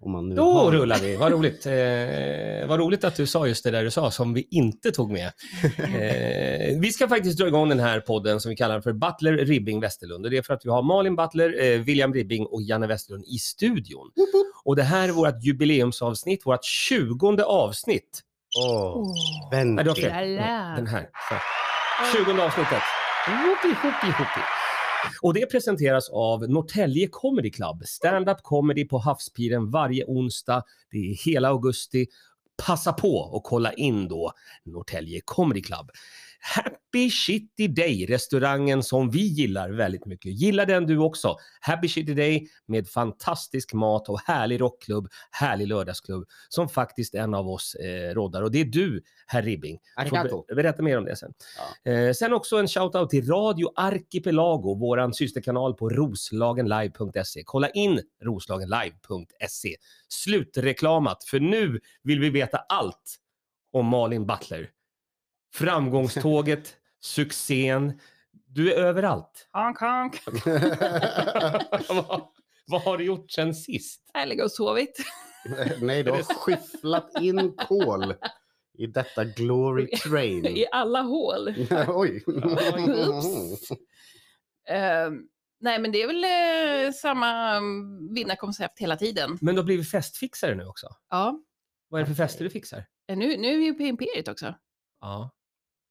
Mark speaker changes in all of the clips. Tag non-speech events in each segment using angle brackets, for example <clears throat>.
Speaker 1: Om man nu
Speaker 2: Då
Speaker 1: har-
Speaker 2: rullar vi, vad roligt. Eh, vad roligt att du sa just det där du sa som vi inte tog med. Eh, vi ska faktiskt dra igång den här podden som vi kallar för Butler, Ribbing, Westerlund. Och det är för att vi har Malin Butler, eh, William Ribbing och Janne Westerlund i studion. Och det här är vårt jubileumsavsnitt, vårt tjugonde avsnitt.
Speaker 1: Åh, vänd
Speaker 2: Nej, det var
Speaker 1: er.
Speaker 2: fel. Den här. Så. 20 avsnittet. Hopi, hopi, hopi. Och det presenteras av Norrtälje Comedy Club. Stand-up comedy på Havspiren varje onsdag. Det är hela augusti. Passa på och kolla in då Norrtälje Comedy Club. Happy Shitty Day, restaurangen som vi gillar väldigt mycket. Gillar den du också? Happy Shitty Day med fantastisk mat och härlig rockklubb, härlig lördagsklubb som faktiskt en av oss eh, roddar. Och det är du, herr Ribbing. Du får
Speaker 1: Arigato.
Speaker 2: ber- Berätta mer om det sen. Eh, sen också en shoutout till Radio Arkipelago, vår systerkanal på roslagenlive.se. Kolla in roslagenlive.se. Slutreklamat, för nu vill vi veta allt om Malin Butler. <laughs> Framgångståget, succén. Du är <laughs> överallt.
Speaker 3: Honk, honk.
Speaker 2: vad, vad har du gjort sen sist?
Speaker 3: Jag ligger och sovit.
Speaker 1: <laughs>
Speaker 2: <laughs>
Speaker 1: Nej, du har skyfflat in kol i detta
Speaker 2: <laughs>
Speaker 1: glory train.
Speaker 3: I alla hål.
Speaker 1: <laughs> Oj.
Speaker 2: <laughs>
Speaker 3: Oops. Ehm, nej, men det är väl eh, samma mm, vinnarkoncept hela tiden.
Speaker 2: Men du har blivit festfixare nu också.
Speaker 3: Ja,
Speaker 2: Vad är det för fester du fixar?
Speaker 3: Eh, nu, nu är vi på Imperiet också
Speaker 2: Ja.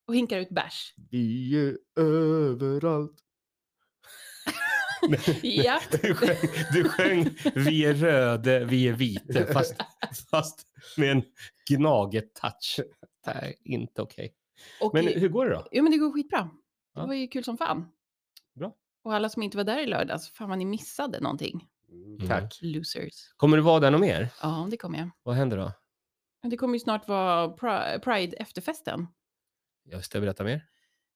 Speaker 3: och hinkar
Speaker 2: <laughs>
Speaker 3: ut bärs.
Speaker 1: Vi är överallt.
Speaker 3: Ja,
Speaker 2: Du sjöng, du sjöng Vi är röde, vi är vita, fast, fast med en gnaget-touch. Det här är inte okej.
Speaker 3: och,
Speaker 2: Men hur går det då?
Speaker 3: jo, men det går skitbra. Det
Speaker 2: Ja.
Speaker 3: var ju kul som fan.
Speaker 2: Bra.
Speaker 3: Och alla som inte var där i lördags, fan vad ni missade någonting.
Speaker 1: Tack.
Speaker 3: Losers.
Speaker 2: Kommer du vara där något mer?
Speaker 3: Ja, det kommer jag.
Speaker 2: Vad händer då?
Speaker 3: Men Det kommer ju snart vara Pri- Pride-efterfesten.
Speaker 2: Jag ska berätta mer.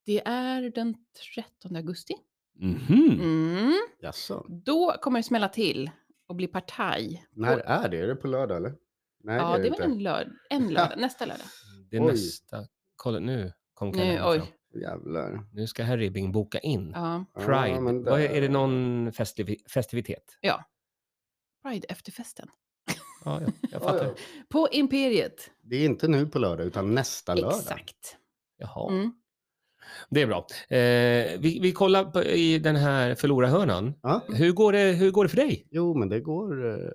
Speaker 3: Det är den 13 augusti.
Speaker 2: Mhm.
Speaker 3: Mm.
Speaker 1: Jaså.
Speaker 3: Då kommer det smälla till och bli partaj.
Speaker 1: När är det? Är det på lördag eller? Nej,
Speaker 3: ja, det är väl
Speaker 1: inte.
Speaker 3: en, lörd,
Speaker 1: <laughs>
Speaker 3: en lördag, nästa lördag.
Speaker 2: Det är
Speaker 1: Oj.
Speaker 2: nästa. Kolla, nu kom
Speaker 3: Nu,
Speaker 2: kalendern fram.
Speaker 3: oj.
Speaker 1: Jävlar.
Speaker 2: Nu ska herr Ribbing boka in.
Speaker 3: Ja,
Speaker 2: Pride.
Speaker 1: Ja, men
Speaker 2: Vad är,
Speaker 1: där.
Speaker 2: är det någon festivi- festivitet?
Speaker 3: Pride efterfesten.
Speaker 2: Ja, ja, jag
Speaker 1: Ja,
Speaker 2: fattar.
Speaker 1: ja.
Speaker 3: På Imperiet.
Speaker 1: Det är inte nu på lördag utan nästa lördag.
Speaker 3: Exakt.
Speaker 2: Jaha.
Speaker 3: Mm.
Speaker 2: Det är bra. Eh, vi, vi kollar på, i den här förlorarhörnan.
Speaker 1: Ja.
Speaker 2: Hur går, det, hur går det för dig?
Speaker 1: Jo, men det går... eh,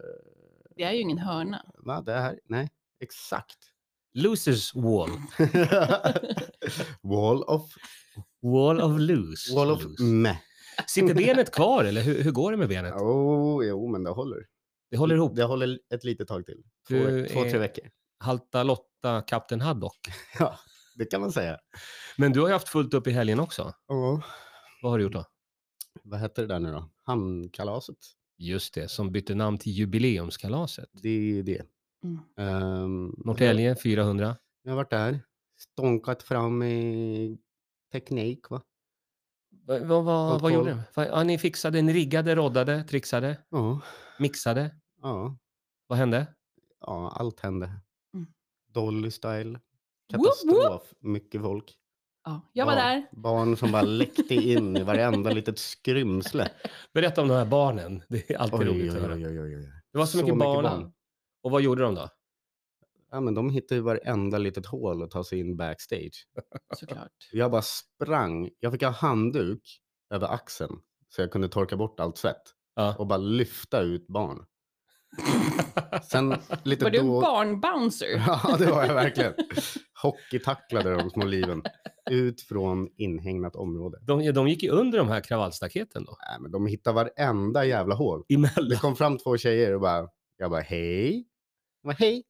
Speaker 3: Det är ju ingen hörna.
Speaker 1: Va, det här? Nej, exakt.
Speaker 2: Losers wall.
Speaker 1: <laughs> wall of...
Speaker 2: Wall of lose.
Speaker 1: Wall of...
Speaker 2: lose.
Speaker 1: Meh.
Speaker 2: Sitter benet kvar eller hur, hur går det med benet?
Speaker 1: Oh, jo, men det håller.
Speaker 2: Det håller ihop.
Speaker 1: Det håller ett litet tag till. Två,
Speaker 2: Du
Speaker 1: två
Speaker 2: är-
Speaker 1: tre veckor.
Speaker 2: Halta Lotta, Kapten Haddock.
Speaker 1: Det kan man säga.
Speaker 2: Men du har ju haft fullt upp i helgen också.
Speaker 1: Ja.
Speaker 2: Vad har du gjort då?
Speaker 1: Vad hette det där nu då? Hamnkalaset.
Speaker 2: Just det, som bytte namn till jubileumskalaset.
Speaker 1: Det är det.
Speaker 3: Mm.
Speaker 1: Ehm,
Speaker 2: Norrtälje 400.
Speaker 1: Jag har varit där. Stånkat fram i teknik, va?
Speaker 2: Va, va, va, vad gjorde ni? Va- Ja, ni fixade, ni riggade, roddade, trixade,
Speaker 1: Ja.
Speaker 2: mixade.
Speaker 1: Ja.
Speaker 2: Vad hände?
Speaker 1: Ja, allt hände.
Speaker 3: Mm.
Speaker 1: Dolly style.
Speaker 3: Whoop, whoop.
Speaker 1: Katastrof. Mycket folk.
Speaker 3: Ja, jag var
Speaker 1: Barn- <laughs>
Speaker 3: där.
Speaker 1: Barn som bara läckte in i varenda litet skrymsle.
Speaker 2: Berätta om de här barnen. Det är alltid
Speaker 1: Oj,
Speaker 2: roligt
Speaker 1: oj,
Speaker 2: att höra.
Speaker 1: oj, oj, oj, oj.
Speaker 2: Det var så, mycket, barn. Och vad gjorde de då?
Speaker 1: Ja, men de hittade ju varenda litet hål att ta sig in backstage.
Speaker 3: Såklart.
Speaker 1: Jag bara sprang. Jag fick ha handduk över axeln så jag kunde torka bort allt svett
Speaker 2: Ja.
Speaker 1: och bara lyfta ut
Speaker 2: <laughs>
Speaker 1: barn. Sen lite
Speaker 3: Var du en
Speaker 1: då...
Speaker 3: barnbouncer?
Speaker 1: <laughs> Ja, det var jag verkligen. Hockeytacklade de små liven ut från inhägnat område.
Speaker 2: De, de gick ju under de här kravallstaketen då.
Speaker 1: Nej, men de hittade varenda jävla hål. Det
Speaker 2: <laughs> Emellan.
Speaker 1: kom fram två tjejer och bara, jag bara hej. De bara hej.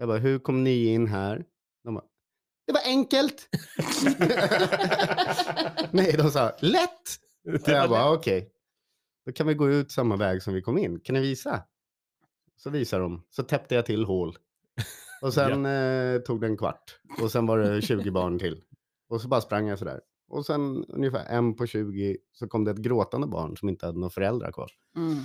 Speaker 1: Jag bara, hur kom ni in här? De bara, det var enkelt. <laughs> Nej, de sa lätt. Och jag bara, okej. Då kan vi gå ut samma väg som vi kom in. Kan ni visa? Så visar de. Så täppte jag till hål. Och sen eh, tog det en kvart. Och sen var det 20 barn till. Och så bara sprang jag sådär. Och sen ungefär en på 20 så kom det ett gråtande barn som inte hade några föräldrar kvar.
Speaker 3: Mm.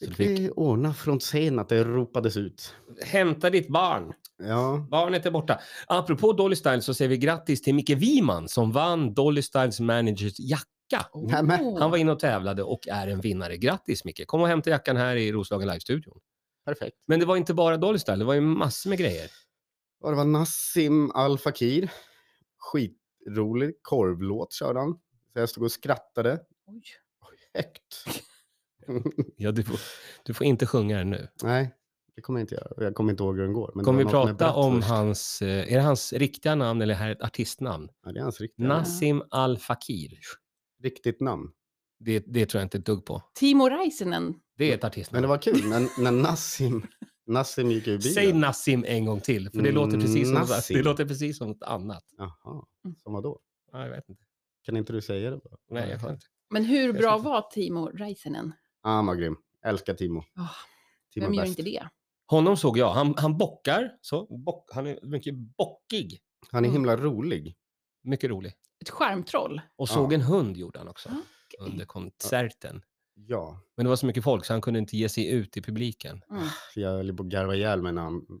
Speaker 2: Så
Speaker 1: Fick
Speaker 2: du fick-
Speaker 1: vi ordna från scen att det ropades ut.
Speaker 2: Hämta ditt barn.
Speaker 1: Ja,
Speaker 2: Barnet är borta. Apropå Dolly Style så säger vi grattis till Micke Wiman som vann Dolly Styles managers jacka.
Speaker 1: Nej, men-
Speaker 3: Åh.
Speaker 2: Han var inne och tävlade och är en vinnare. Grattis Micke! Kom och hämta jackan här i Roslagen Live-studion.
Speaker 1: perfekt.
Speaker 2: Men det var inte bara Dolly Style, det var ju massor med grejer.
Speaker 1: Och det var Nassim Al Fakir. Skitrolig korvlåt körde han. Så jag stod och skrattade
Speaker 3: Oj.
Speaker 1: högt. <laughs>
Speaker 2: Ja, du, får, du får inte sjunga den nu.
Speaker 1: Nej, det kommer jag inte göra. Och Jag kommer inte ihåg hur den går. Men det
Speaker 2: Kommer vi
Speaker 1: var något med
Speaker 2: prata
Speaker 1: Bratt
Speaker 2: om
Speaker 1: först.
Speaker 2: hans, eh, är det hans riktiga namn eller är det ett artistnamn?
Speaker 1: Ja, det är hans riktiga namn.
Speaker 2: Nassim Al Fakir.
Speaker 1: riktigt namn.
Speaker 2: Det, det tror jag inte ett dugg på.
Speaker 3: Timo Räisänen.
Speaker 2: Det är ett
Speaker 1: Men
Speaker 2: artistnamn.
Speaker 1: det var kul när, när Nassim, <laughs> Nassim gick ur bilen. Mm,
Speaker 2: Säg Nassim en gång till, för det, låter precis som,
Speaker 1: Nassim.
Speaker 2: <laughs> det låter precis som något annat.
Speaker 1: Jaha,
Speaker 3: Mm.
Speaker 1: som vadå?
Speaker 2: Ja, jag vet inte.
Speaker 1: Kan inte du säga det bara?
Speaker 2: Nej, jag kan inte.
Speaker 3: Men hur
Speaker 2: vet
Speaker 3: bra
Speaker 2: inte.
Speaker 3: var Timo Räisänen?
Speaker 1: Ah, han var grym. Älskar Timo.
Speaker 3: Ah,
Speaker 1: Timo
Speaker 3: Vem
Speaker 1: är
Speaker 3: gör
Speaker 1: bäst.
Speaker 3: inte det?
Speaker 2: Honom såg jag. Han, han bockar. Så, bock, han är mycket bockig.
Speaker 1: Han är
Speaker 3: Mm.
Speaker 1: himla rolig.
Speaker 2: Mycket rolig.
Speaker 3: Ett skärmtroll.
Speaker 2: Och
Speaker 1: Ja.
Speaker 2: såg en hund gjorde han också
Speaker 3: Okej.
Speaker 2: under konserten.
Speaker 1: Ja,
Speaker 2: Men det var så mycket folk så han kunde inte ge sig ut i publiken.
Speaker 3: Mm.
Speaker 1: för jag höll på att garva ihjäl mig när han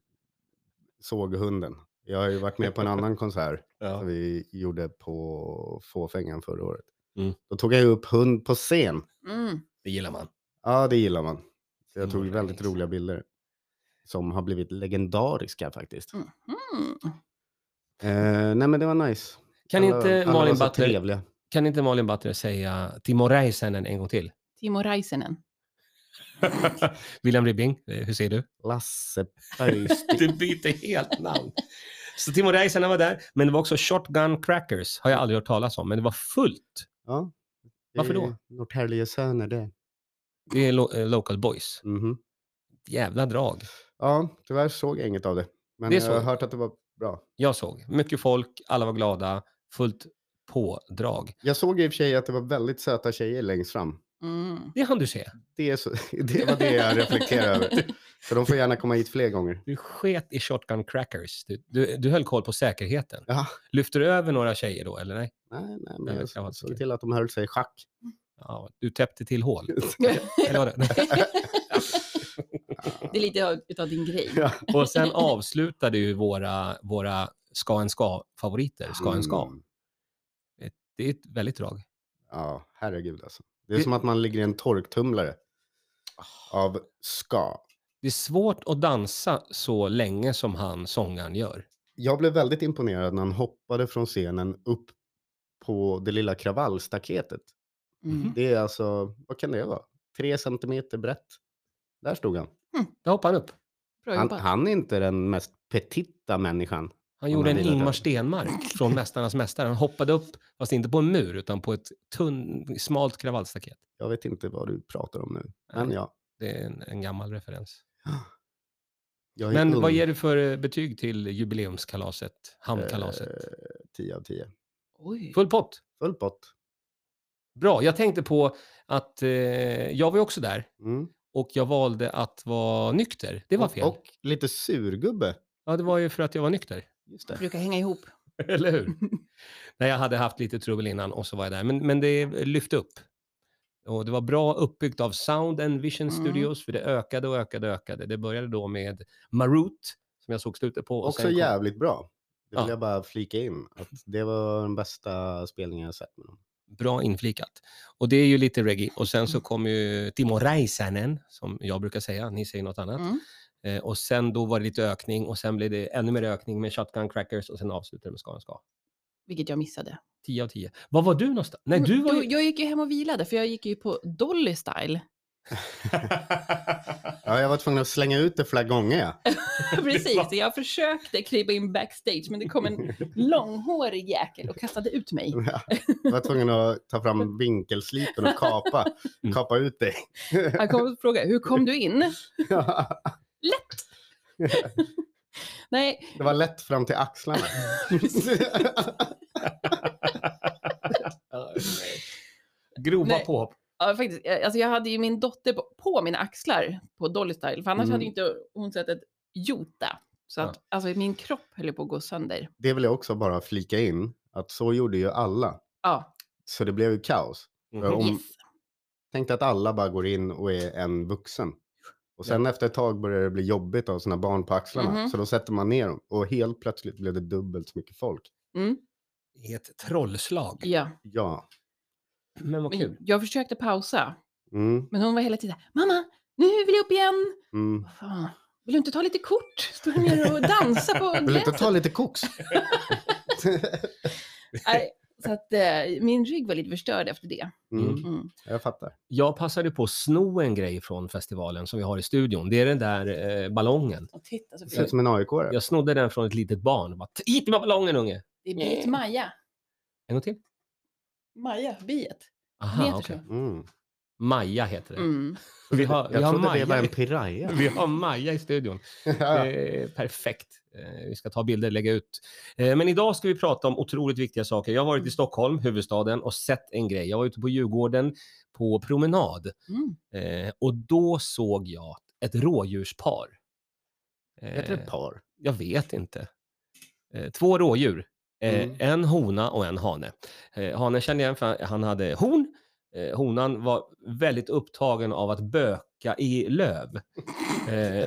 Speaker 1: såg hunden. Jag har ju varit med på en
Speaker 2: <laughs>
Speaker 1: annan konsert som vi gjorde på Fåfängan förra året.
Speaker 2: Mm.
Speaker 1: Då tog jag ju upp hund på scen.
Speaker 3: Mm.
Speaker 2: Det gillar man.
Speaker 1: Ja, det gillar man. Så jag tog
Speaker 2: Simon
Speaker 1: väldigt
Speaker 2: Reis.
Speaker 1: roliga bilder. Som har blivit legendariska faktiskt.
Speaker 3: Mm. Mm.
Speaker 1: Eh, nej, men det var nice.
Speaker 2: Kan,
Speaker 1: Alla-
Speaker 2: inte,
Speaker 1: alla
Speaker 2: Malin
Speaker 1: var så
Speaker 2: Butler,
Speaker 1: trevliga.
Speaker 2: kan inte Malin Butler säga Timo Räisänen en gång till?
Speaker 3: Timo Räisänen.
Speaker 2: William Ribbing, eh, hur ser du?
Speaker 1: Lasse Pöysti.
Speaker 2: <laughs> Du byter helt namn. Så Timo Räisänen var där, men det var också Shotgun Crackers, har jag aldrig hört talas om, men det var fullt.
Speaker 1: ja. det
Speaker 2: <laughs> Varför då?
Speaker 1: är Norrtälje Söner det.
Speaker 2: Det är lo- eh, Local Boys.
Speaker 1: Mhm.
Speaker 2: Jävla drag.
Speaker 1: Ja, tyvärr såg jag inget av det. Men
Speaker 2: Det
Speaker 1: jag har
Speaker 2: såg-
Speaker 1: hört att det var bra.
Speaker 2: Jag såg. Mycket folk, alla var glada, fullt pådrag.
Speaker 1: Jag såg i och för sig att det var väldigt söta tjejer längst fram.
Speaker 3: Mm.
Speaker 2: Det hann du se.
Speaker 1: Det, är så, <laughs> det var det
Speaker 3: <laughs>
Speaker 1: jag reflekterade över. Så de får gärna komma hit fler gånger.
Speaker 2: Du sket i Shotgun Crackers. Du, du, du höll koll på säkerheten.
Speaker 1: Ja,
Speaker 2: Lyfter du över några tjejer då, eller nej?
Speaker 1: nej, nej,
Speaker 2: Nej,
Speaker 1: men
Speaker 2: det
Speaker 1: jag
Speaker 2: kan vara så
Speaker 1: såg
Speaker 2: kul.
Speaker 1: till att de höll sig i
Speaker 3: <laughs>
Speaker 1: schack.
Speaker 2: Ja, du täppte till hål. Eller vad det? <laughs> Nej.
Speaker 3: Det är lite av- utav din grej.
Speaker 1: Ja.
Speaker 2: Och sen avslutade ju våra, våra ska en ska-favoriter, ska en ska.
Speaker 1: Mm.
Speaker 2: Det är ett väldigt drag.
Speaker 1: Ja, herregud alltså. Det är som att man ligger i en torktumlare
Speaker 2: Ah.
Speaker 1: av ska.
Speaker 2: Det är svårt att dansa så länge som han, sångaren, gör.
Speaker 1: Jag blev väldigt imponerad när han hoppade från scenen upp på det lilla kravallstaketet.
Speaker 3: Mm.
Speaker 1: Det är alltså, vad kan det vara? Tre centimeter brett. Där stod han.
Speaker 2: Där hoppade han upp.
Speaker 3: Bra
Speaker 1: Han,
Speaker 3: jobbat.
Speaker 1: han är inte den mest petita människan.
Speaker 2: Han
Speaker 1: Ja,
Speaker 2: gjorde
Speaker 1: men
Speaker 2: en
Speaker 1: det är
Speaker 2: Ingmar
Speaker 1: klart.
Speaker 2: Stenmark från Mästarnas Mästare. Han hoppade upp, fast inte på en mur, utan på ett tunn, smalt kravallstaket.
Speaker 1: Jag vet inte vad du pratar om nu. Men ja.
Speaker 2: Det är en, en gammal referens.
Speaker 1: Jag är
Speaker 2: Men
Speaker 1: ung.
Speaker 2: vad ger du för eh, betyg till jubileumskalaset, hamnkalaset?
Speaker 1: Eh, 10 av 10.
Speaker 3: Oj.
Speaker 2: Full pott!
Speaker 1: Full pott.
Speaker 2: Bra, jag tänkte på att eh, jag var ju också där
Speaker 1: Mm.
Speaker 2: och jag valde att vara nykter. Det var fel.
Speaker 1: Och, och lite surgubbe.
Speaker 2: Ja, det var ju för att jag var nykter.
Speaker 1: Just
Speaker 3: Det
Speaker 1: det.
Speaker 3: brukar hänga ihop.
Speaker 2: <laughs> Eller hur? Nej, jag hade haft lite trubbel innan och så var jag där. Men, men det lyfte upp. Och det var bra uppbyggt av Sound and Vision
Speaker 3: Mm.
Speaker 2: Studios, för det ökade och ökade och ökade. Det började då med Maroot, som jag såg slutet på. Och
Speaker 1: Också
Speaker 2: sen kom-
Speaker 1: jävligt bra. Det vill
Speaker 2: Ja.
Speaker 1: jag bara flika in. Att det var den bästa spelningen jag sett med dem.
Speaker 2: Bra inflikat. Och det är ju lite reggae. Och sen så kom ju Timo Räisänen, som jag brukar säga. Ni säger något annat.
Speaker 3: Mm.
Speaker 2: Eh, och sen då var det lite ökning och sen blev det ännu mer ökning med Shotgun Crackers och sen avslutade det med Ska en ska.
Speaker 3: Vilket jag missade.
Speaker 2: 10 av 10. Vad var du någonstans? Nej, du var
Speaker 3: Då-
Speaker 2: ju...
Speaker 3: Jag gick ju hem och vilade för jag gick ju på
Speaker 2: <laughs>
Speaker 3: Dolly Style. <laughs>
Speaker 1: Ja, jag var tvungen att slänga ut det flera gånger. ja.
Speaker 3: Precis, jag försökte krypa in backstage men det
Speaker 1: <laughs>
Speaker 3: kom en långhårig jäkel och kastade ut mig.
Speaker 1: Jag var tvungen att ta fram vinkelslipen och kapa,
Speaker 2: Mm.
Speaker 1: kapa ut dig.
Speaker 3: Han kom och frågade, hur kom du in? Nej,
Speaker 1: <laughs> Det var lätt fram till axlarna.
Speaker 2: <laughs> Grova
Speaker 3: Nej.
Speaker 2: påhopp.
Speaker 3: ja, faktiskt, eh, alltså jag hade ju min dotter på, på mina axlar på Dolly Style, för annars
Speaker 1: Mm.
Speaker 3: hade ju inte hon sett ett jota. Så att alltså, min kropp höll ju på att gå sönder.
Speaker 1: det vill jag också bara flika in, att så gjorde ju alla.
Speaker 3: Ja,
Speaker 1: Så det blev ju kaos.
Speaker 2: Mhm.
Speaker 1: Om-
Speaker 3: yes.
Speaker 1: Tänk dig att alla bara går in och är en vuxen. Och sen efter ett tag börjar det bli jobbigt att ha sina barn på axlarna.
Speaker 2: Mm-hmm.
Speaker 3: Mhm.
Speaker 1: Så då sätter man ner dem. Och helt plötsligt blev det dubbelt så mycket folk.
Speaker 3: Mm,
Speaker 2: I ett trollslag.
Speaker 3: ja.
Speaker 1: Ja.
Speaker 2: Men vad
Speaker 3: Men
Speaker 2: kul.
Speaker 3: jag försökte pausa,
Speaker 1: Mm.
Speaker 3: men hon var hela tiden mamma, nu vill jag vi upp igen.
Speaker 1: Mm.
Speaker 3: Vad Fan. Vill du inte ta lite kort? Står du ner och dansar på
Speaker 1: <laughs> Vill du inte
Speaker 3: gräset?
Speaker 1: ta lite
Speaker 2: <laughs>
Speaker 1: koks?
Speaker 3: Nej, så att eh, min rygg var lite förstörd efter det.
Speaker 1: Mm,
Speaker 3: Mm.
Speaker 1: jag fattar.
Speaker 2: Jag passade på att sno en grej från festivalen som vi har i studion. Det är den där eh, ballongen.
Speaker 3: Och titta så
Speaker 1: Det ser ut
Speaker 3: fint.
Speaker 1: som en aik -are.
Speaker 2: Jag snodde den från ett litet barn. och Bara, hit med ballongen unge!
Speaker 3: Det är biet Maja.
Speaker 2: En gång till.
Speaker 3: Maja, biet. Den
Speaker 2: Aha,
Speaker 3: heter
Speaker 2: okej.
Speaker 3: så.
Speaker 1: Mm.
Speaker 2: Maja heter det.
Speaker 3: Mm.
Speaker 2: Vi har, vi
Speaker 1: Jag
Speaker 2: har
Speaker 1: trodde det var
Speaker 2: Maja.
Speaker 1: en
Speaker 2: <laughs>
Speaker 1: piraya.
Speaker 2: Vi har Maja i studion. Det är perfekt. Eh, Vi ska ta bilder, lägga ut. Eh, Men idag ska vi prata om otroligt viktiga saker. Jag har varit i Stockholm, huvudstaden, och sett en grej. Jag var ute på Djurgården på promenad
Speaker 3: Mm.
Speaker 2: eh, och då såg jag ett rådjurspar. Eh,
Speaker 1: Heter det par?
Speaker 2: Jag vet inte. Eh, Två rådjur. Eh,
Speaker 1: Mm.
Speaker 2: En hona och en hane. Eh, Hanen kände jag igen för han hade horn. Eh, Honan var väldigt upptagen av att böka i löv. Eh,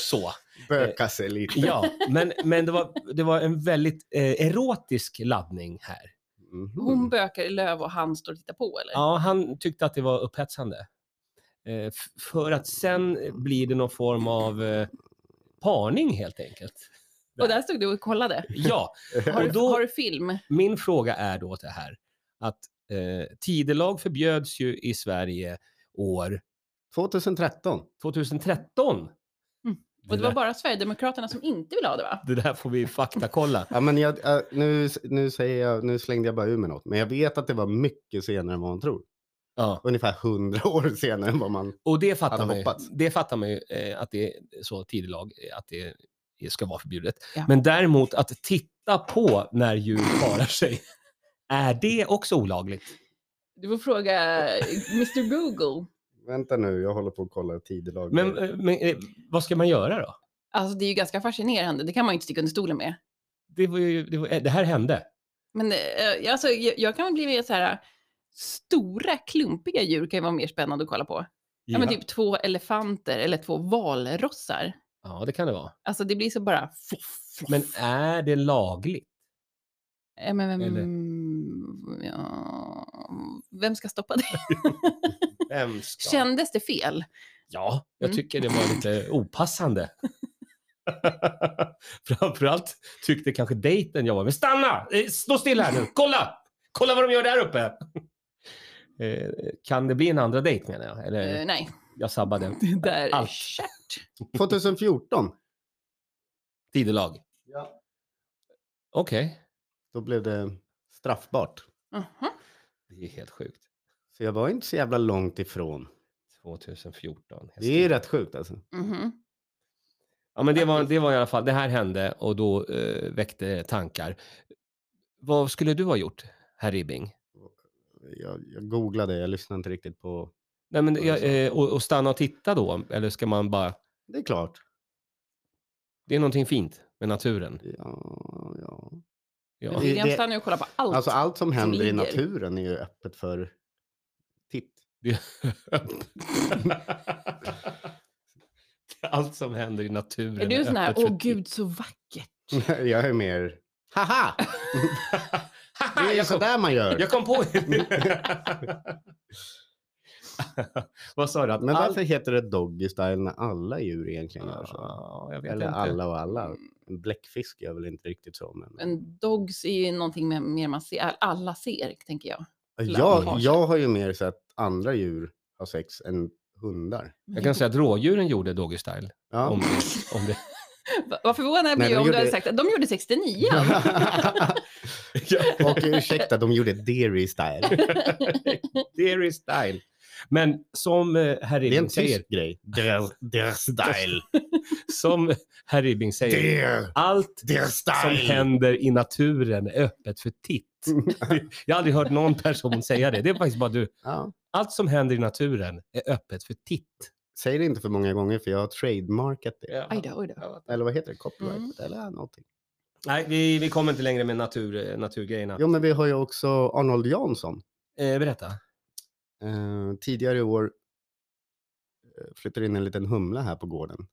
Speaker 2: Så.
Speaker 1: Böka sig lite.
Speaker 2: Ja, men, men det, var, det var en väldigt eh, erotisk laddning här.
Speaker 1: Mhm.
Speaker 3: Hon bökar i löv och han står och tittar på eller?
Speaker 2: Ja, han tyckte att det var upphetsande. Eh, f- för att sen blir det någon form av eh, parning helt enkelt.
Speaker 3: <laughs> Och där stod du och kollade.
Speaker 2: Ja,
Speaker 3: Har du,
Speaker 2: Och då-
Speaker 3: har du film?
Speaker 2: min fråga är då det här att eh, tidelag förbjöds ju i Sverige år
Speaker 1: 2013.
Speaker 2: 2013.
Speaker 3: Mm.
Speaker 2: Det,
Speaker 3: Och det var
Speaker 2: där,
Speaker 3: bara Sverigedemokraterna som inte ville ha det va?
Speaker 2: det där får vi
Speaker 3: <laughs>
Speaker 2: faktakolla.
Speaker 1: Ja, men jag, äh, nu, nu, säger jag, nu slängde jag bara ur mig något, men jag vet att det var mycket senare än vad man tror.
Speaker 2: Ja.
Speaker 1: Ungefär 100 <laughs> år senare än vad man...
Speaker 2: Och det fattar
Speaker 1: Hade
Speaker 2: man ju,
Speaker 1: hoppats.
Speaker 2: det fattar man ju eh, att det är så tidelag, eh, att det ska vara förbjudet.
Speaker 3: Ja.
Speaker 2: Men däremot att titta på när djur parar sig, är det också olagligt?
Speaker 3: Du får fråga Mr Google.
Speaker 1: Vänta nu, jag håller på att kolla tidelag.
Speaker 2: Men, eh, men eh, vad ska man göra då?
Speaker 3: Alltså det är ju ganska fascinerande, det kan man ju inte sticka under stolen med.
Speaker 2: Det, var ju, det, var, eh, det här hände.
Speaker 3: Men eh, alltså, jag, jag kan väl bli så här, stora klumpiga djur kan ju vara mer spännande att kolla på. Ja, men typ två elefanter eller två valrossar.
Speaker 2: ja, det kan det vara.
Speaker 3: Alltså det blir så bara... fluff, fluff.
Speaker 2: Men är det lagligt?
Speaker 3: Eh, men vem,
Speaker 2: eller?
Speaker 3: ja, vem ska stoppa det?
Speaker 2: Vem ska?
Speaker 3: Kändes det fel?
Speaker 2: Ja, jag
Speaker 3: Mm.
Speaker 2: tycker det var lite opassande. <laughs> Framförallt tyckte kanske dejten jag var, men stanna! Eh, Stå still här nu, kolla! Kolla vad de gör där uppe! <laughs> Eh, Kan det bli en andra dejt menar jag? Eller
Speaker 3: Eh, nej, <laughs>
Speaker 2: jag sabbade.
Speaker 3: det där är
Speaker 2: Allt.
Speaker 3: kört.
Speaker 1: 2014,
Speaker 2: Tidelag.
Speaker 1: Ja.
Speaker 2: Okej.
Speaker 1: då blev det straffbart.
Speaker 3: Aha.
Speaker 2: Det är helt sjukt.
Speaker 1: Så jag var inte så jävla långt ifrån.
Speaker 2: 2014.
Speaker 1: Det är ju rätt sjukt alltså.
Speaker 3: Mhm.
Speaker 2: Ja, men det var, det var i alla fall, det här hände och då eh, väckte tankar. Vad skulle du ha gjort, herr Ribbing?
Speaker 1: Jag, jag googlade, jag lyssnade inte riktigt på...
Speaker 2: Nej, men,
Speaker 1: Ja,
Speaker 2: jag,
Speaker 1: det
Speaker 2: eh, och, och stanna och titta då? Eller ska man bara...
Speaker 1: Det är klart.
Speaker 2: Det är någonting fint med naturen.
Speaker 1: Ja, ja.
Speaker 2: Ja.
Speaker 3: Men
Speaker 1: Det-
Speaker 3: William
Speaker 1: det-
Speaker 3: stannar ju och kollar på allt.
Speaker 1: Alltså allt som händer i
Speaker 3: ligger.
Speaker 1: naturen är ju öppet för titt.
Speaker 2: <laughs>
Speaker 1: <laughs>
Speaker 2: Allt som händer i naturen.
Speaker 3: är du sån här,
Speaker 2: öppet för
Speaker 3: åh
Speaker 2: titt."
Speaker 3: gud så vackert.
Speaker 1: Jag är mer, haha!
Speaker 2: <laughs>
Speaker 1: Det
Speaker 2: Haha,
Speaker 1: är ju
Speaker 2: <laughs> jag, kom,
Speaker 1: sådär man gör.
Speaker 2: jag kom på <laughs> Vad sa du? Att
Speaker 1: Men
Speaker 2: allt-
Speaker 1: varför heter det doggy style när alla djur egentligen gör så?
Speaker 2: Ja, jag vet
Speaker 1: Eller
Speaker 2: inte.
Speaker 1: alla och alla. En bläckfisk gör väl inte riktigt så. Men...
Speaker 3: Men dogs är ju någonting med, mer man ser, alla ser, tänker jag.
Speaker 1: Jag, jag har ju mer sett andra djur ha sex än hundar.
Speaker 2: Jag kan säga att rådjuren gjorde Doggy Style.
Speaker 1: <laughs> Ja.
Speaker 2: Om det, om <laughs> det.
Speaker 3: Va- <laughs> Vad förvånad jag
Speaker 1: Nej, de
Speaker 3: blir om du
Speaker 1: gjorde-
Speaker 3: hade sagt att de gjorde 69.
Speaker 1: <laughs> och ursäkta, de gjorde dairy
Speaker 2: <laughs>
Speaker 1: style.
Speaker 2: Dairy Style. Men som eh, herr
Speaker 1: Det är en
Speaker 2: Ribbing säger,
Speaker 1: tysk grej. Der, der style.
Speaker 2: som herr Ribbing säger,
Speaker 1: Der,
Speaker 2: allt
Speaker 1: der
Speaker 2: som
Speaker 1: style.
Speaker 2: händer i naturen är öppet för titt. <laughs> Jag har aldrig hört någon person säga det. Det är faktiskt bara du.
Speaker 1: Ja.
Speaker 2: Allt som händer i naturen är öppet för titt.
Speaker 1: Säg det inte för många gånger för jag har trademarkat det.
Speaker 3: Oj då, oj då.
Speaker 1: Eller vad heter det? Copyright?
Speaker 3: Mm.
Speaker 1: Eller någonting.
Speaker 2: Nej, vi, vi kommer inte längre med natur, naturgrejerna.
Speaker 1: Jo, men vi har ju också Arnold Jansson.
Speaker 2: Eh, berätta.
Speaker 1: Eh, tidigare i år eh, flyttade in en liten humla här på gården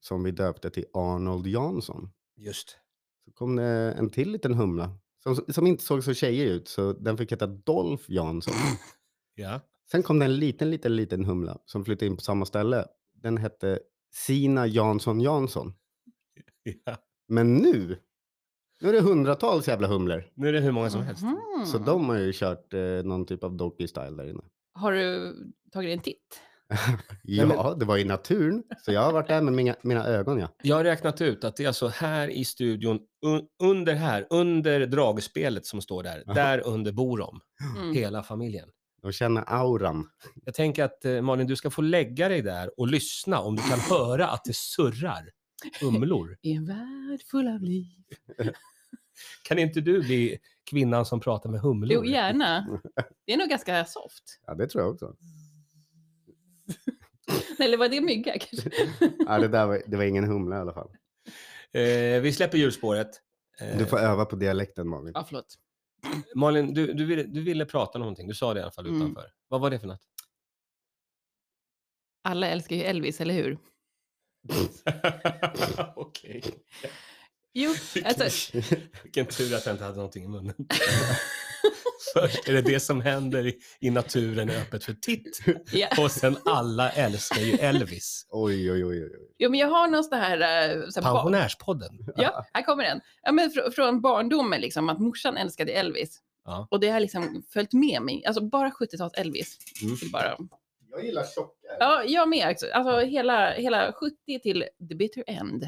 Speaker 1: som vi döpte till Arnold Jansson.
Speaker 2: Just.
Speaker 1: Så kom det en till liten humla som, som inte såg så tjejig ut så den fick heta Dolph Jansson.
Speaker 2: Ja. <laughs>
Speaker 1: Sen kom det en liten, liten, liten humla som flyttade in på samma ställe den hette Sina Jansson Jansson. Men nu, nu är det hundratals jävla humlor.
Speaker 2: Nu är det hur många som helst.
Speaker 3: Mhm.
Speaker 1: Så de har ju kört eh, någon typ av Doggy Style där inne.
Speaker 3: Har du tagit en titt?
Speaker 1: Ja,
Speaker 2: men-
Speaker 1: det var i naturen. Så jag har varit där med mina, mina ögon, ja.
Speaker 2: Jag har räknat ut att det är alltså här i studion, un, under här, under dragspelet som står där,
Speaker 1: Jaha.
Speaker 2: där under bor de,
Speaker 3: Mm.
Speaker 2: hela familjen.
Speaker 1: De känner auran.
Speaker 2: Jag tänker att eh, Malin, du ska få lägga dig där och lyssna om du
Speaker 3: <laughs>
Speaker 2: kan höra att det surrar humlor.
Speaker 3: I en värld full av liv.
Speaker 2: Kan inte du bli kvinnan som pratar med humlor?
Speaker 3: Jo,
Speaker 1: <laughs>
Speaker 3: gärna. Det är nog ganska soft.
Speaker 1: Ja, det tror jag också.
Speaker 3: Eller var det mygga <laughs> kanske?
Speaker 1: Ja, det, där var, det var ingen humla i alla fall.
Speaker 2: Eh, vi släpper hjulspåret. Eh,
Speaker 1: Du får öva på dialekten, Malin.
Speaker 3: Ja, förlåt.
Speaker 2: Malin, du, du, ville, du ville prata om någonting. Du sa det i alla fall
Speaker 3: Mm.
Speaker 2: utanför. Vad var det för något?
Speaker 1: <laughs>
Speaker 3: Alla älskar ju Elvis, eller hur?
Speaker 2: Okej.
Speaker 1: <laughs>
Speaker 3: Jo, alltså,
Speaker 2: <laughs> Vilken tur att jag inte hade någonting i munnen. Först är det det som händer i, i naturen är öppet för titt.
Speaker 3: ja.
Speaker 2: Och sen alla älskar ju Elvis.
Speaker 1: Oj, oj, oj. oj. oj.
Speaker 3: Jo, men jag har någon sån här... eh, Så här ba-
Speaker 2: Pensionärspodden.
Speaker 3: ja, här kommer den. Ja, men fr- från barndomen, liksom, att morsan älskade Elvis.
Speaker 2: Ja.
Speaker 3: Och det har liksom följt med mig. Alltså bara 70-tals Elvis.
Speaker 2: Mm.
Speaker 3: Vill Bara.
Speaker 1: Jag gillar tjocka.
Speaker 3: Ja, jag med. också. Alltså hela, hela 70 till the bitter end.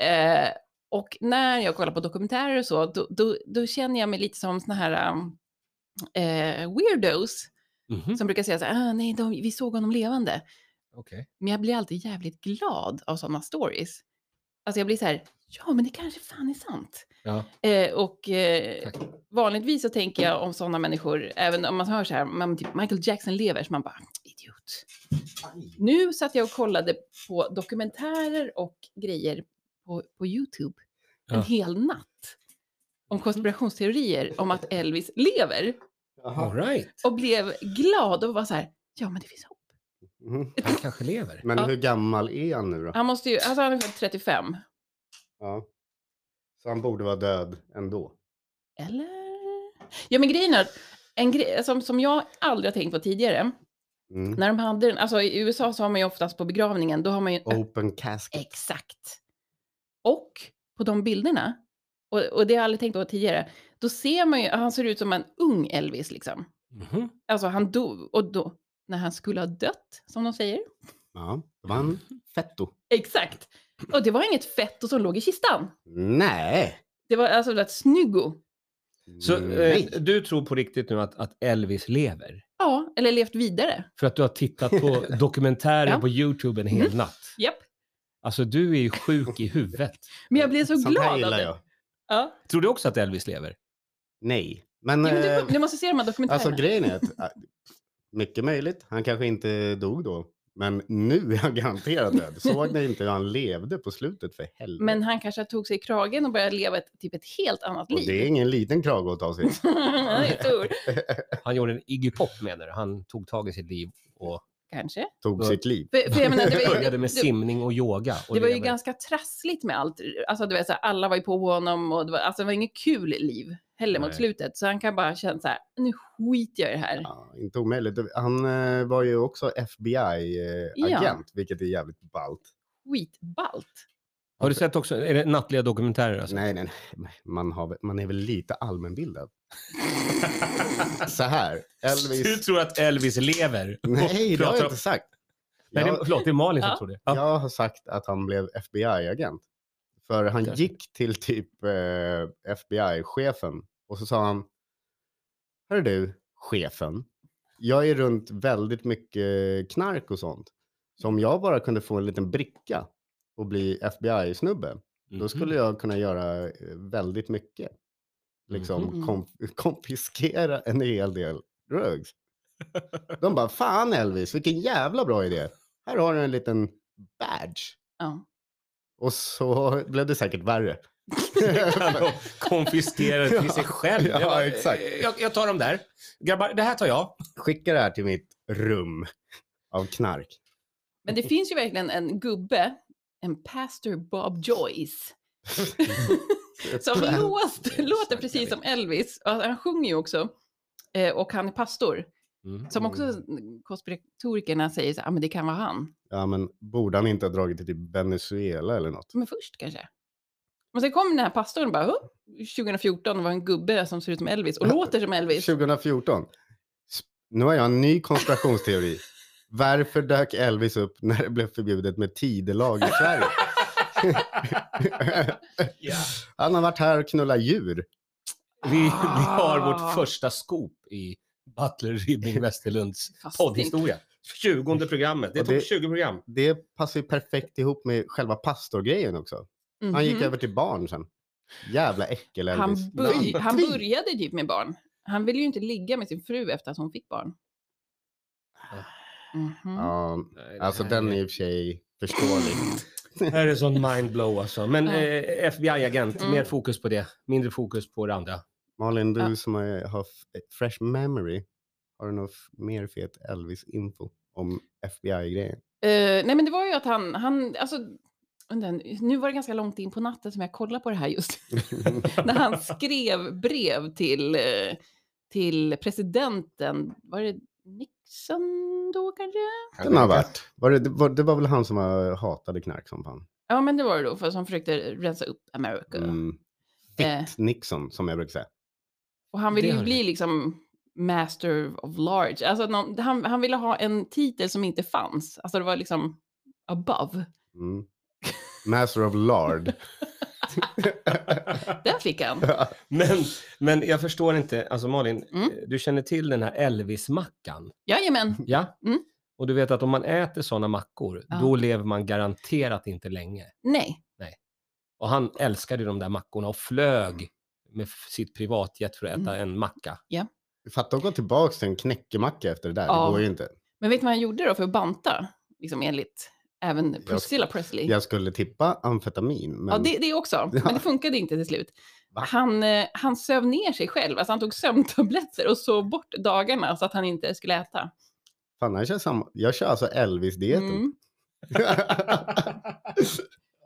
Speaker 3: Eh, och när jag kollar på dokumentärer och så, då, då, då känner jag mig lite som såna här um, eh, weirdos
Speaker 2: Mhm.
Speaker 3: som brukar säga så här, ah, nej, de, vi såg honom levande.
Speaker 2: Okej.
Speaker 3: Men jag blir alltid jävligt glad av sådana stories. Alltså jag blir så här, ja men det kanske fan är sant.
Speaker 2: Ja.
Speaker 3: Eh, och eh,
Speaker 2: Tack.
Speaker 3: vanligtvis så tänker jag om sådana människor, även om man hör så här, man, typ Michael Jackson lever, så man bara, idiot. Nu satt jag och kollade på dokumentärer och grejer på, på YouTube
Speaker 2: Ja. Mhm.
Speaker 3: en hel natt. Om konspirationsteorier om att Elvis lever.
Speaker 2: All
Speaker 3: <clears throat>
Speaker 2: right.
Speaker 3: Och blev glad och var så här, ja men det finns hopp.
Speaker 1: Mhm.
Speaker 2: Han kanske lever.
Speaker 1: Men
Speaker 3: Ja.
Speaker 1: hur gammal är han nu då?
Speaker 3: Han måste ju, alltså han är född 35.
Speaker 1: Ja. Så han borde vara död ändå.
Speaker 3: Eller? Ja men grejen är, att en grej som, som jag aldrig har tänkt på tidigare,
Speaker 1: Mm.
Speaker 3: när de hade den, alltså i USA så har man ju oftast på begravningen, då har man ju en
Speaker 1: Open casket.
Speaker 3: Exakt. Och på de bilderna, och, och det har jag aldrig tänkt på tidigare, då ser man ju, han ser ut som en ung Elvis liksom.
Speaker 2: Mhm.
Speaker 3: Alltså han dog, och då, när han skulle ha dött, som de säger.
Speaker 1: Ja, då var han fetto.
Speaker 3: Exakt. Och det var inget fetto som låg i kistan.
Speaker 1: Nej.
Speaker 3: Det var alltså ett snyggo.
Speaker 2: Så
Speaker 3: Mm,
Speaker 2: eh,
Speaker 1: Nej.
Speaker 2: du tror på riktigt nu att, att Elvis lever?
Speaker 3: Ja, eller levt vidare.
Speaker 2: För att du har tittat på dokumentärer
Speaker 3: <laughs> Ja. Mhm.
Speaker 2: på YouTube en hel natt.
Speaker 3: Japp.
Speaker 2: Alltså du är ju sjuk i
Speaker 3: <laughs>
Speaker 2: huvudet.
Speaker 3: Men jag blev så
Speaker 1: Sånt här
Speaker 3: glad av
Speaker 1: gillar
Speaker 3: det.
Speaker 1: jag.
Speaker 3: Ja.
Speaker 2: Tror du också att Elvis lever?
Speaker 1: Nej. Men,
Speaker 3: Jo, men
Speaker 1: eh,
Speaker 3: du, du måste se de här dokumentärerna.
Speaker 1: alltså grejen är att eh, mycket möjligt. Han kanske inte dog då. Men nu är han garanterat död. Såg ni inte hur han levde på slutet för helvete?
Speaker 3: Men han kanske tog sig i kragen och började leva ett, typ ett helt annat
Speaker 1: Och
Speaker 3: liv.
Speaker 1: det är ingen liten krage att ta sig.
Speaker 3: <laughs> Han är stor.
Speaker 2: Han gjorde en Iggy Pop menar du? Han tog tag i sitt liv och
Speaker 3: Kanske.
Speaker 1: Tog sitt liv.
Speaker 3: För, för jag menar, det var, ju-
Speaker 2: började med
Speaker 3: det-
Speaker 2: simning och yoga. Och
Speaker 3: det var ju
Speaker 2: lever.
Speaker 3: ganska trassligt med allt. Alltså, du vet, så här, alla var ju på honom och det var, alltså, det var inget kul liv heller mot
Speaker 2: Nej.
Speaker 3: slutet. Så han kan bara känna så här, nu skiter jag i det här.
Speaker 1: Ja, inte omöjligt. Han eh, var ju också
Speaker 3: Ja.
Speaker 1: FBI-agent, eh, vilket är jävligt ballt.
Speaker 3: Skitballt.
Speaker 2: Har du sett också, är det nattliga dokumentärer? Alltså?
Speaker 1: Nej, nej, nej. Man, har, väl- man är väl lite
Speaker 2: <laughs>
Speaker 1: allmänbildad. Så här,
Speaker 2: Du
Speaker 1: Elvis.
Speaker 2: tror att Elvis lever? och
Speaker 1: Nej, det har
Speaker 2: pratar
Speaker 1: jag
Speaker 2: om-
Speaker 1: inte sagt.
Speaker 2: Nej, det,
Speaker 1: Jag,
Speaker 2: förlåt, det är Malin som
Speaker 3: Ja.
Speaker 2: tror det. Ja.
Speaker 1: jag har sagt att han blev FBI-agent. För han
Speaker 2: Kanske.
Speaker 1: gick till typ eh, FBI-chefen och så sa han, hör du, chefen, jag är runt väldigt mycket knark och sånt. Så om jag bara kunde få en liten bricka och bli FBI-snubbe,
Speaker 2: Mhm.
Speaker 1: då skulle
Speaker 2: Mm.
Speaker 1: jag kunna göra eh, väldigt mycket. Liksom
Speaker 3: Mhm.
Speaker 1: kom, konfiskera en hel del drugs. De bara, fan Elvis, vilken jävla bra idé. Här har du en liten badge.
Speaker 3: Ja.
Speaker 1: Och så blev det säkert värre. <laughs>
Speaker 2: <laughs> Han konfiskerar till sig själv.
Speaker 1: Ja,
Speaker 2: jag, bara,
Speaker 1: exakt.
Speaker 2: eh, Jag, jag tar dem där. Grabbar, det här tar jag.
Speaker 1: Skicka det här till mitt rum av knark.
Speaker 3: Men det finns ju verkligen en gubbe, en pastor Bob Joyce,
Speaker 2: <laughs>
Speaker 3: som
Speaker 1: <laughs>
Speaker 3: låst,
Speaker 2: jag
Speaker 3: låter
Speaker 2: vet.
Speaker 3: precis som Elvis. Och han sjunger ju också. Eh, Och han är pastor.
Speaker 2: <laughs> Mm.
Speaker 3: Som också konspiratorikerna säger, så, här, ah, men det kan vara han.
Speaker 1: Ja, men borde han inte ha dragit till typ Venezuela eller något?
Speaker 3: Men först kanske. Men sen kom den här pastorn och bara, "Huh? 2014 var en gubbe som ser ut som Elvis och låter som Elvis.
Speaker 1: 2014. Sp- Nu har jag en ny konspirationsteori. Varför dök Elvis upp när det blev förbjudet med tidelag i Sverige? <laughs>
Speaker 2: Ja.
Speaker 1: Han har varit här och knullat djur.
Speaker 2: Vi, vi har
Speaker 3: Ah.
Speaker 2: vårt första scoop i Butler
Speaker 1: <laughs>
Speaker 2: Ribbing Westerlunds
Speaker 3: Fast inte.
Speaker 2: poddhistoria. 20 programmet. Det
Speaker 1: Och
Speaker 2: tog
Speaker 1: det-
Speaker 2: 20 program.
Speaker 1: Det passar ju perfekt ihop med själva pastorgrejen också. Han gick
Speaker 3: Mhm.
Speaker 1: över till barn sen. Jävla äckel Elvis.
Speaker 3: han, börj- han
Speaker 1: Skitfin.
Speaker 3: började typ med barn. Han ville ju inte ligga med sin fru efter att hon fick barn. Mhm.
Speaker 1: Ah. Ja, alltså den är i och för sig
Speaker 3: <clears throat>
Speaker 1: förståelig.
Speaker 2: Det här är sån mindblow alltså. Men
Speaker 3: Ja.
Speaker 2: eh, FBI-agent,
Speaker 3: Mm.
Speaker 2: mer fokus på det. Mindre fokus på det andra.
Speaker 1: Malin, du
Speaker 3: Ja.
Speaker 1: som har, har f- fresh memory, har du något f- mer fet Elvis-info om FBI-grejen?
Speaker 3: Eh, nej, men det var ju att han, han alltså, undrar, nu var det ganska långt in på natten som jag kollade på det
Speaker 1: <laughs>
Speaker 3: här just. när han skrev brev till, eh, till presidenten, var det Nixon då kanske?
Speaker 1: Den har varit. Var det, var, det var väl han som eh, hatade knark som fan?
Speaker 3: Ja, men det var det då, för som försökte rensa upp America.
Speaker 1: Mm.
Speaker 3: Eh.
Speaker 1: Fitt Nixon, som jag brukar säga.
Speaker 3: Och han ville
Speaker 2: Det
Speaker 3: ju
Speaker 2: har du
Speaker 3: bli liksom master of large. Alltså, någon, han, han ville ha en titel som inte fanns. Alltså det var liksom above.
Speaker 1: Mm. Master of lard.
Speaker 3: <laughs> Den fick han.
Speaker 2: Men, men jag förstår inte, alltså Malin,
Speaker 3: Mm.
Speaker 2: eh, du känner till den här Elvis-mackan?
Speaker 3: Jajamän.
Speaker 2: Ja.
Speaker 3: Mm.
Speaker 2: Och du vet att om man äter sådana mackor,
Speaker 3: Ja.
Speaker 2: då lever man garanterat inte länge.
Speaker 3: Nej.
Speaker 2: Och han älskade ju de där mackorna och
Speaker 3: Mm.
Speaker 2: flög med f- sitt privatjet för att äta en macka.
Speaker 1: Fatta att gå tillbaka till en knäckemacka efter det där.
Speaker 3: Ja.
Speaker 1: Det går ju inte.
Speaker 3: Men vet du vad han gjorde då för att banta? Liksom enligt även Priscilla Presley.
Speaker 1: Jag skulle tippa amfetamin. Men...
Speaker 3: Ja, det, det också. Men det funkade inte till slut.
Speaker 1: Va?
Speaker 3: Han, eh, han söv ner sig själv. Alltså han tog sömntabletter och sov bort dagarna så att han inte skulle äta.
Speaker 1: Fan, jag, kör samma... jag kör alltså Elvis-dieten. <laughs>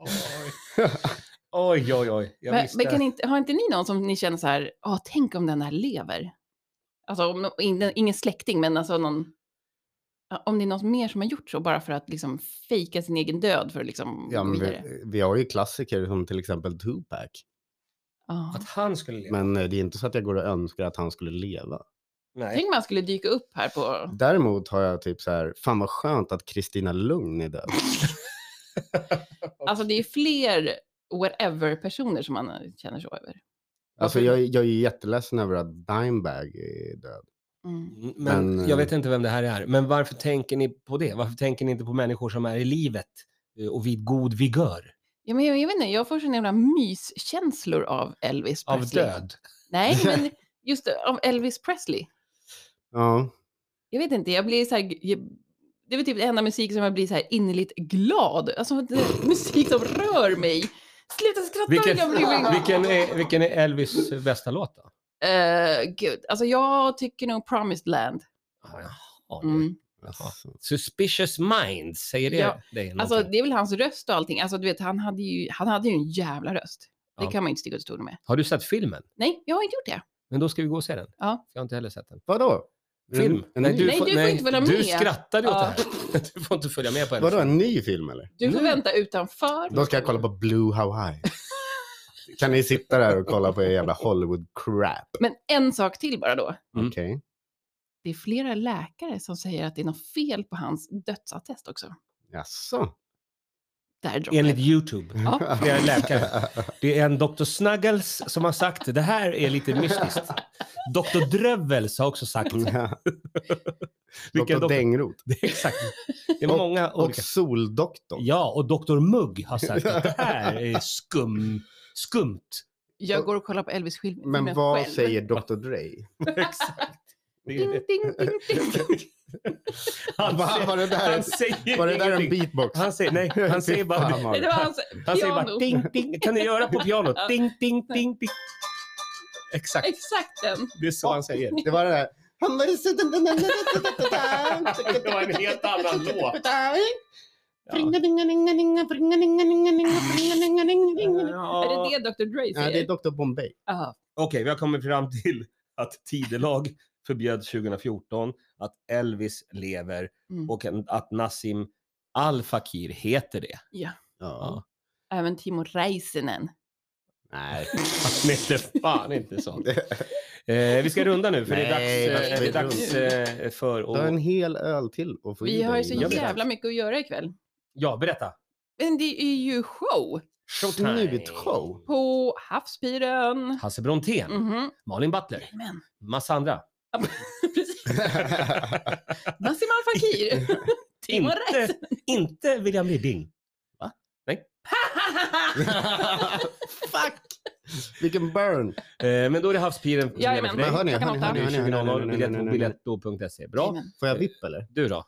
Speaker 3: Mm.
Speaker 2: <laughs> Oj, oj, oj. Jag
Speaker 3: Men,
Speaker 2: visste.
Speaker 3: men kan inte, har inte ni någon som ni känner så här, "Ah, tänk om den där lever? Alltså om, no- ingen, ingen släkting, men alltså någon... ja, Om det är någon mer som har gjort så bara för att liksom fejka sin egen död för att liksom
Speaker 1: Ja,
Speaker 3: gå
Speaker 1: men
Speaker 3: vidare.
Speaker 1: vi, vi har ju klassiker som till exempel Tupac.
Speaker 3: Ja.
Speaker 2: Att han skulle leva.
Speaker 1: Men eh, det är inte så att jag går och önskar att han skulle leva.
Speaker 2: Nej.
Speaker 3: Tänk om han skulle dyka upp här på...
Speaker 1: Däremot har jag typ så här, fan vad skönt att Kristina Lugn är
Speaker 3: <laughs>
Speaker 1: död.
Speaker 3: Alltså det är fler whatever-personer som man eh, känner så över.
Speaker 1: Alltså
Speaker 2: Varför?
Speaker 1: jag, jag är ju jätteledsen över att Dimebag är död.
Speaker 3: Mm.
Speaker 2: Men,
Speaker 1: Men, eh,
Speaker 2: jag vet inte vem det här är. Men varför tänker ni på det? Varför tänker ni inte på människor som är i livet eh, och vid god vigör?
Speaker 3: Ja, men jag, jag vet inte, jag får såna jävla myskänslor av Elvis
Speaker 2: Av
Speaker 3: Presley.
Speaker 2: död?
Speaker 3: Nej,
Speaker 2: <laughs>
Speaker 3: men just det, av Elvis Presley.
Speaker 1: Ja,
Speaker 3: jag vet inte, jag blir så här, jag, det är väl typ det enda musik som jag blir så här innerligt glad. Alltså det är <laughs> musik som rör mig. Sluta skratta!
Speaker 2: Vilken,
Speaker 3: jag blir-
Speaker 2: vilken, är, vilken är Elvis bästa låt då? Ah,
Speaker 3: Eh, gud, alltså jag tycker nog Promised Land.
Speaker 2: Jaha, du.
Speaker 3: Mm.
Speaker 1: alltså.
Speaker 2: Suspicious Minds, säger det
Speaker 3: Ja,
Speaker 2: dig
Speaker 3: Alltså
Speaker 2: någonting?
Speaker 3: det är väl hans röst och allting. Alltså du vet, han hade ju, han hade ju en jävla röst. Det
Speaker 2: Ja.
Speaker 3: kan man ju inte sticka under stolen med.
Speaker 2: Har du sett filmen?
Speaker 3: Nej, jag har inte gjort det.
Speaker 2: Men då ska vi gå och se den.
Speaker 3: Ja.
Speaker 2: Jag har inte heller sett den.
Speaker 1: Vadå?
Speaker 2: Film?
Speaker 1: En, en,
Speaker 3: du-
Speaker 1: ny,
Speaker 3: Nej, får inte följa
Speaker 2: Du
Speaker 3: med.
Speaker 2: skrattade åt
Speaker 3: Ja.
Speaker 2: det här. <laughs> Du får inte följa med på Elvis.
Speaker 1: vadå, en ny film eller?
Speaker 3: Du får
Speaker 2: Nej.
Speaker 3: vänta utanför.
Speaker 1: Då ska jag kolla på Blue Hawaii. kan ni sitta där och kolla på er jävla Hollywood-crap?
Speaker 3: Men en sak till bara då.
Speaker 2: Mm.
Speaker 1: Okej.
Speaker 3: Det är flera läkare som säger att det är något fel på hans dödsattest också.
Speaker 1: Jaså?
Speaker 3: Där droppar
Speaker 2: Enligt
Speaker 3: jag.
Speaker 2: YouTube.
Speaker 3: Ja.
Speaker 2: Det är läkare.
Speaker 1: <laughs>
Speaker 2: Det är en Dr. Snuggles som har sagt det här är lite mystiskt. Dr. Drövels har också sagt
Speaker 1: Mm. Doktor
Speaker 2: doktor?
Speaker 1: Dängrot.
Speaker 2: <laughs> det. Är exakt. Det är många
Speaker 1: Och
Speaker 2: olika.
Speaker 1: Soldoktorn.
Speaker 2: Ja, och Dr. Mugg har sagt att det här är skum, skumt.
Speaker 3: <laughs> Jag går och kollar på Elvis skil- filmen
Speaker 1: Men vad
Speaker 3: själv.
Speaker 1: säger Dr. Dre?
Speaker 2: Exakt. Det är
Speaker 3: <laughs> Ding,
Speaker 2: det.
Speaker 3: ding, ding,
Speaker 2: <laughs>
Speaker 3: ding, ding.
Speaker 2: Han
Speaker 1: Va, var,
Speaker 2: säger,
Speaker 1: det där,
Speaker 2: han säger
Speaker 1: var det där en
Speaker 2: ingenting.
Speaker 1: beatbox?
Speaker 2: Han säger, nej,
Speaker 1: <laughs>
Speaker 2: han säger bara,
Speaker 1: Fan,
Speaker 3: Nej,
Speaker 1: Malin.
Speaker 3: det var alltså hans
Speaker 2: han säger bara
Speaker 3: piano.
Speaker 2: ding, ding. Kan du göra på pianot?
Speaker 3: Ja.
Speaker 2: Ding, ding, ding, ding. Exakt,
Speaker 3: Exakt den.
Speaker 2: det är så han säger.
Speaker 1: Det var det där. Han var så-
Speaker 2: <laughs> Det var en helt annan låt. Ja.
Speaker 1: Pringadingadingadinga, pringadingadingadinga, pringadingadingadinga.
Speaker 3: Är det det Dr. Dre
Speaker 1: Ja,
Speaker 3: säger?
Speaker 1: det är Dr. Bombay.
Speaker 3: Ja.
Speaker 2: Okej, vi har kommit fram till att tidelag förbjöds 2014 att Elvis lever
Speaker 3: Mm.
Speaker 2: och en, att Nassim Al Fakir heter det.
Speaker 1: Ja.
Speaker 3: Även Timo Räisänen.
Speaker 1: Nej.
Speaker 2: Han heter fan
Speaker 1: <laughs>
Speaker 2: inte så. Eh, vi ska runda nu för det
Speaker 1: Nej,
Speaker 2: är dags, eh,
Speaker 1: varför
Speaker 2: det är
Speaker 1: ska vi
Speaker 2: dags eh, för
Speaker 1: Du har en
Speaker 2: att...
Speaker 1: hel öl till att få i
Speaker 3: Vi
Speaker 1: dig
Speaker 3: har ju så
Speaker 1: innan-
Speaker 2: Jag vet.
Speaker 3: jävla mycket att göra ikväll.
Speaker 2: Ja, berätta.
Speaker 3: Men det är ju show
Speaker 1: Snyggt <laughs>
Speaker 3: <laughs>
Speaker 1: show.
Speaker 3: på Havspiren.
Speaker 2: Hasse Brontén,
Speaker 3: Mhm.
Speaker 2: Malin Butler,
Speaker 3: Jajamän.
Speaker 2: massa andra.
Speaker 3: <laughs> Precis. Nassim Al Fakir. Timo
Speaker 2: Inte,
Speaker 3: Räisänen.
Speaker 2: inte William Lidding.
Speaker 3: <laughs>
Speaker 1: Fuck! Vilken burn!
Speaker 2: Eh, men då är det Havspiren som gäller
Speaker 3: Jajamän.
Speaker 2: för
Speaker 1: Men
Speaker 2: dig.
Speaker 1: hörni,
Speaker 3: Klockan
Speaker 1: hörni,
Speaker 3: åtta.
Speaker 1: hörni, hörni, hörni, hörni, hörni,
Speaker 2: 20.00,
Speaker 1: hörni,
Speaker 2: biljett på
Speaker 1: hörni, hörni.
Speaker 2: biletto.se. Bra.
Speaker 3: Jajamän.
Speaker 1: Får jag vipp eller?
Speaker 2: Du då?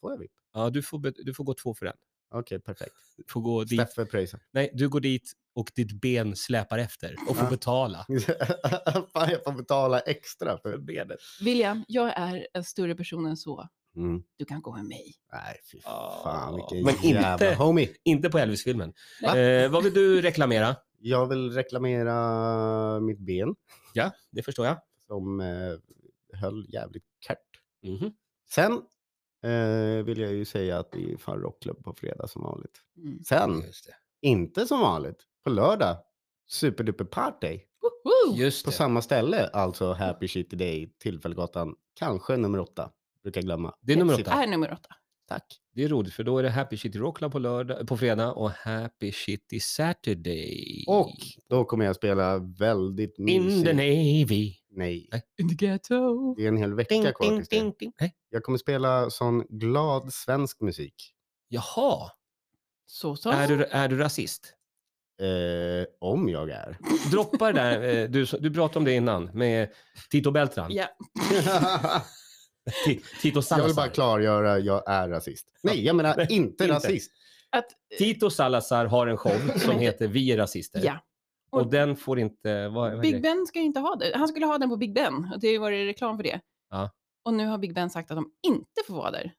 Speaker 1: Får jag vipp?
Speaker 2: Ja, du, får, bet- du får gå två för den.
Speaker 1: Okej, perfekt.
Speaker 2: Du får gå dit.
Speaker 1: Steffe pröjsar.
Speaker 2: Nej, du går dit och ditt ben släpar efter och får
Speaker 1: Ja.
Speaker 2: betala.
Speaker 1: <laughs> Fan, jag får betala extra. För...
Speaker 2: benet.
Speaker 3: William, jag är en större person än så.
Speaker 1: Mm.
Speaker 3: Du kan gå med mig.
Speaker 1: Nej, fy
Speaker 2: Ja.
Speaker 1: fan vilken
Speaker 2: Ah. Men inte-
Speaker 1: jävla homie.
Speaker 2: Inte på Elvis-filmen.
Speaker 3: Va?
Speaker 2: Eh, vad vill du reklamera?
Speaker 1: Jag vill reklamera mitt ben
Speaker 2: Ja, det förstår jag.
Speaker 1: som eh, höll jävligt kort.
Speaker 2: Mhm.
Speaker 1: Sen eh, vill jag ju säga att det är fan rockklubb på fredag som vanligt.
Speaker 3: Mm.
Speaker 1: Sen,
Speaker 2: Just det.
Speaker 1: inte som vanligt, på lördag, superduper party.
Speaker 3: Woho!
Speaker 2: Just
Speaker 1: Oh. På
Speaker 2: det.
Speaker 1: samma ställe, alltså Happy Shitty Day, Tillfällegatan, kanske nummer åtta. Brukar glömma.
Speaker 2: det är nummer
Speaker 1: Exit.
Speaker 2: åtta.
Speaker 3: Är nummer åtta.
Speaker 1: Tack.
Speaker 2: Det är roligt för då är det Happy Shitty Rock Club på, lördag, på fredag och Happy Shitty Saturday.
Speaker 1: Och då kommer jag spela väldigt
Speaker 2: In the
Speaker 1: mysigt.
Speaker 2: Navy.
Speaker 1: Nej,
Speaker 3: In the ghetto.
Speaker 1: det är en hel
Speaker 2: Ding,
Speaker 1: vecka kvar
Speaker 2: ding,
Speaker 1: tills det.
Speaker 2: ding, ding. Nej.
Speaker 1: Jag kommer spela sån glad svensk musik.
Speaker 2: Jaha,
Speaker 3: Så så.
Speaker 2: är du, är du rasist?
Speaker 1: Eh, om jag
Speaker 2: <laughs>
Speaker 1: är.
Speaker 2: Droppa det där, eh, du, du pratade om det innan med Tito Beltran.
Speaker 3: Ja.
Speaker 2: Ti- Tito
Speaker 1: jag vill bara
Speaker 2: Salazar.
Speaker 1: klargöra, jag är rasist. Nej, jag menar
Speaker 2: Nej,
Speaker 1: inte,
Speaker 2: inte.
Speaker 1: rasist.
Speaker 3: Att,
Speaker 2: Tito Salazar har en <laughs> show som heter Vi är rasister.
Speaker 3: ja.
Speaker 2: Och den får inte... Vad, vad är
Speaker 3: Big
Speaker 2: det?
Speaker 3: Ben ska ju inte ha det. Han skulle ha den på Big Ben. Och det har ju varit reklam för det.
Speaker 2: Ja.
Speaker 3: Och nu har Big Ben sagt att de inte får vara där.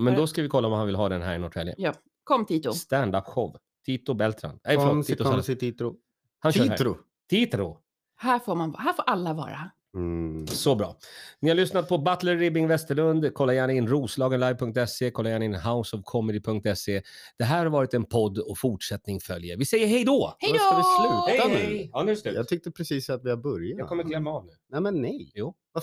Speaker 2: Men då ska vi kolla om han vill ha den här i Norrtälje.
Speaker 3: Kom Tito.
Speaker 2: Stand-up show. Tito Beltran. Nej,
Speaker 1: Kom,
Speaker 2: förlåt.
Speaker 1: si,
Speaker 2: Tito
Speaker 1: kom,
Speaker 2: Salazar.
Speaker 1: si, titro.
Speaker 2: Han kör här.
Speaker 1: Titro.
Speaker 2: Titro.
Speaker 3: Här får, man, här får alla vara.
Speaker 1: Mm.
Speaker 2: Så bra. Ni har lyssnat på Butler Ribbing Westerlund. Kolla gärna in roslagenlive.se. Kolla gärna in houseofcomedy.se. Det här har varit en podd och fortsättning följer. Vi säger hej då!
Speaker 3: Hej
Speaker 1: Då ska vi
Speaker 3: då!
Speaker 1: sluta. Hej,
Speaker 2: Hej,
Speaker 1: hej.
Speaker 2: hej! Ja, nu är det slut.
Speaker 1: Jag tyckte precis att vi har börjat.
Speaker 2: Jag kommer glömma av nu.
Speaker 1: Nej, men nej.
Speaker 2: Jo.